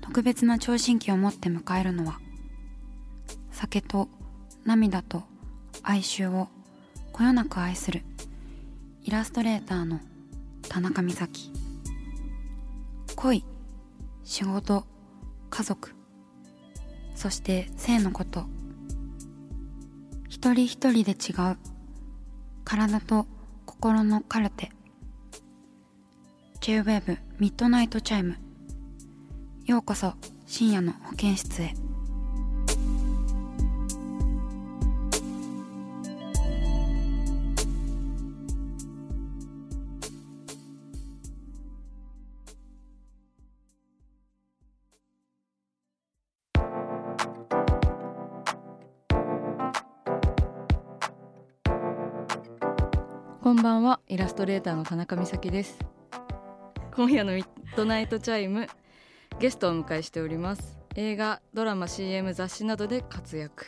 特別な聴診器を持って迎えるのは酒と涙と哀愁をこよなく愛するイラストレーターの田中美咲恋仕事家族そして性のこと一人一人で違う体と心のカルテ J-WAVE ミッドナイトチャイムようこそ深夜の保健室へこんばんはイラストレーターの田中美咲です今夜のミッドナイトチャイムゲストをお迎えしております映画ドラマ CM 雑誌などで活躍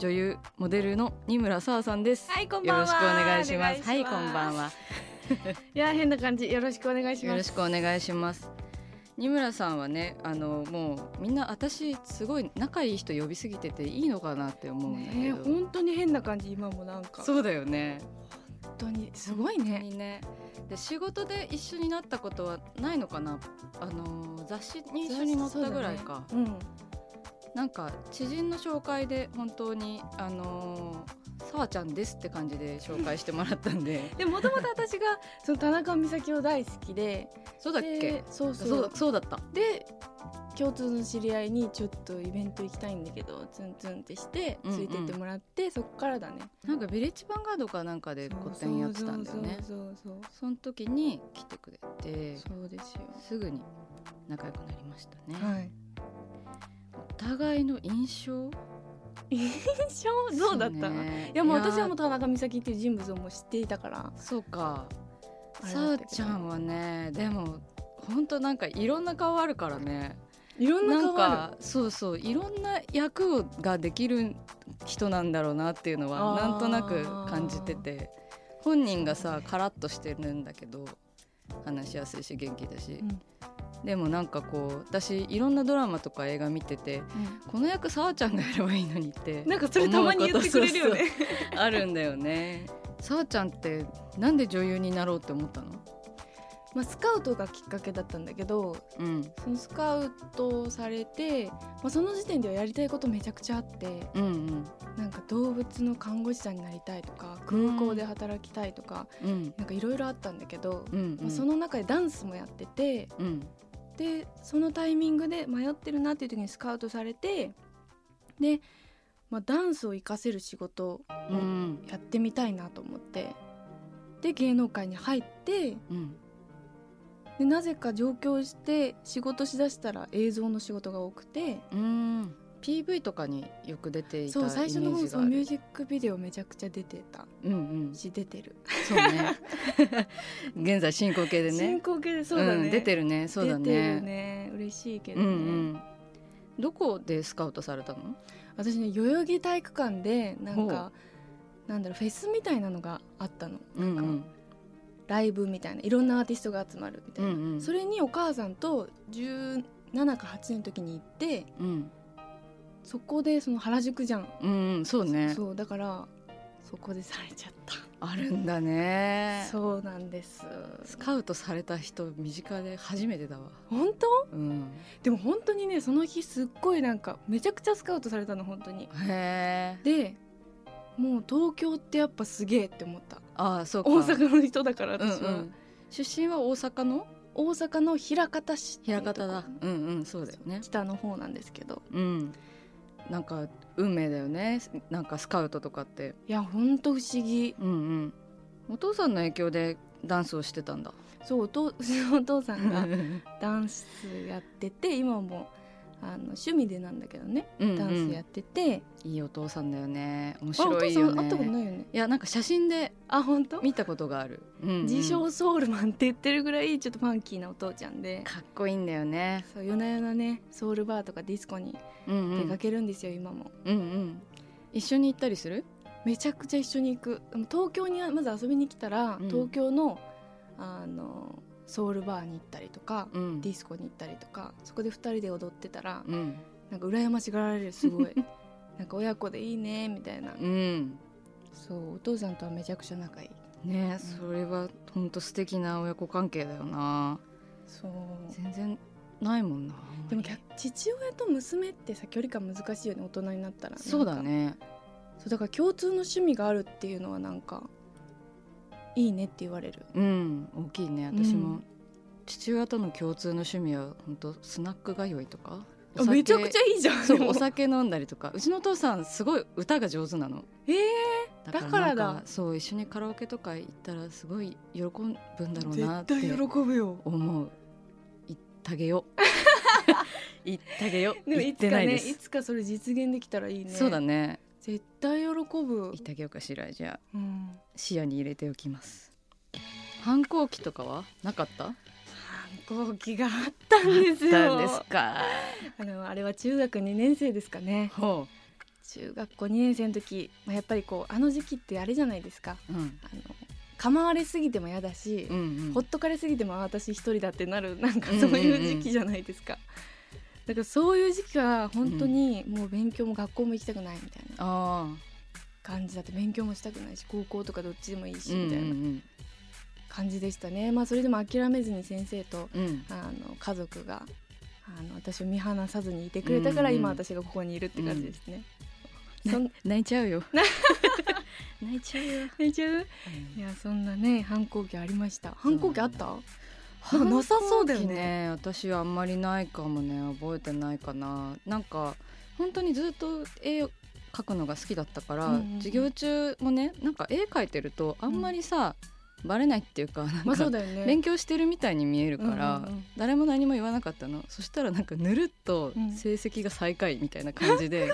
女優モデルの二村沙さんですはい、こんよばんは。ろしくお願いしますおは願いこんばん。はいや、変な感じ、よろしくお願いしよまろす。しくお願いします二村さんはねあのもうみんな私すごい仲いい人呼びすぎてていいのかなって思うんだねけえ、ど、本当に変な感じ、今もなんか。そうだよね本当に、すごいね。にねで仕事で一緒になったことはないのかなあのー雑誌に一緒に載ったぐらいか、うん。なんか知人の紹介で本当に「あのーさわちゃんです」って感じで紹介してもらったん でで、もともと私が、 その田中美咲を大好きで。そうだっけでそうそそうう。そうだったで。共通の知り合いにちょっとイベント行きたいんだけどツンツンってしてうんうんついてってもらって、そっからだねなんかビレッジヴァンガードかなんかで個展やってたんだよねそうそうそうその時に来てくれてそうそうですよすぐに仲良くなりましたね、はいお互いの印象 印象どうだった、ねいやもう私はいもう田中美咲っていう人物をもう知っていたからやそうかあれさだっあたけどちゃんはねでも本当なんかいろんな顔あるからねいろんなな顔んあるかそうそういろんな役ができる人なんだろうなっていうのはあーなんとなく感じてて本人がさカラッとしてるんだけど話しやすいし元気だし、うんでもなんかこう私いろんなドラマとか映画見ててこの役さあちゃんがやればいいのにってなんかそれたまに言ってくれるよね。あるんだよ ねさあちゃんってなんで女優になろうって思ったの まあスカウトがきっかけだったんだけどうんそのスカウトされて、まあ、その時点ではやりたいことめちゃくちゃあってうんうんなんか動物の看護師さんになりたいとか空港で働きたいとか、うんなんかいろいろあったんだけど、うんうまあ、んその中でダンスもやっててうんでそのタイミングで迷ってるなっていう時にスカウトされてで、まあ、ダンスを活かせる仕事うんやってみたいなと思ってで芸能界に入ってうんでなぜか上京して仕事しだしたら映像の仕事が多くてうん PV とかによく出ていたイそメう最初のー方ジそがうあミューるジックビデオめちゃくちゃ出てたうんうんし出てる、そうね現在進行形で進ね行形でそうだね、ん、出てるねそうだ出てるねね嬉しいけうど、んうねんどこでスカウトされたの私ね代々木体育館でなんかなんだろうフェスみたいなのがあったのうんうんライブみたいないろんなアーティストが集まるみたういんな、うんそれにお母さんと17か8年の時に行ってうんそこでその原宿じゃんうんうんそうねそうだからそこでされちゃっあるんだた、ねそうなんですスカウトされた人身近で初めてだわ本当うんでも本当にねその日すっごいなんかめちゃくちゃスカウトされたの本当にへえでもう東京ってやっぱすげえって思ったああそうか大阪の人だかうらん私は、うん出身は大阪の大阪の枚方市っていう枚とこ方だうんうんそうだよね北の方なんですけどうんなんか運命だよねなんかスカウトとかっていやほんと不思議 うんうんお父さんの影響でダンスをしてたんだそうお父お父さんがんダンスやってて今もあの趣味でなんだけどねうんダンスやってて、いいお父さんだよね面あお白父いさよん会ねったことないよねいやなんか写真であ本当、見たことがある、うんうん自称ソウルマンって言ってるぐらいちょっとファンキーなお父ちゃんでかっこいいんだよねそう夜な夜なねソウルバーとかディスコにうんう出んかけるんですよ、今もうんうん一緒に行ったりするめちゃくちゃ一緒に行くでも東京にまず遊びに来たら、うん東京のあのソウルバーに行ったりとか、うんディスコに行ったりとかそこで2人で踊ってたら、うんなんか羨ましがられるす ごいなんか親子でいいねみたいなうんそうお父さんとはめちゃくちゃ仲いいねそれは本当素敵な親子関係だよなそう全然ないもんなでも逆父親と娘ってさ距離感難しいよね大人になったらそうだなんかねそうだから共通の趣味があるっていうのはなんかいいねって言われるうん大きいね私も、うん父親との共通の趣味は本当スナック通いとかおあ酒めちゃくちゃいいじゃんそでうもお酒飲んだりとかうちのお父さんすごい歌が上手なのえーだだからだなんそう一緒にカラオケとか行ったらすごい喜ぶんだろうなっ絶て対喜ぶよ思う行ってあげよう 行ってあげようでも行いっつてかないねでいすつかそれ実現できたらいいねそうだね絶対喜ぶ行っ、てあげようかしらじゃあうん、視野に入れておきます反抗期とかはなかった反抗期があったんですよあったんですかあのあれは中学2年生ですかねほ中学校2年生の時、まあ、やっぱりこうあの時期ってあれじゃないですかう、うん、あの構われすぎても嫌だし、うんうんほっとかれすぎてもあ私一人だってなるなんかうんうんうそんういう時期じゃないですか、だからそういう時期は本当にもう勉強も学校も行きたくないみたいなあ感じだって勉強もしたくないし高校とかどっちでもいいあしみたいな感じでしたね、まあそれでも諦めずに先生とうんうんうんあの家族があの私を見放さずにいてくれたからうんうん今私がここにいるって感じですね、うんそん泣いちゃう よ泣いちゃうよ、大丈夫いやそんなね反抗期ありました反抗期あった、なんかなさそうだよね反抗期私はあんまりないかもね覚えてないかななんか本当にずっと絵を描くのが好きだったから、うんうんうん授業中もねなんか絵描いてるとあんまりさ、バレないっていうかなんか、まあそうだよね勉強してるみたいに見えるから、うんうんうん誰も何も言わなかったのそしたらなんかぬるっとうん成績が最下位みたいな感じ で、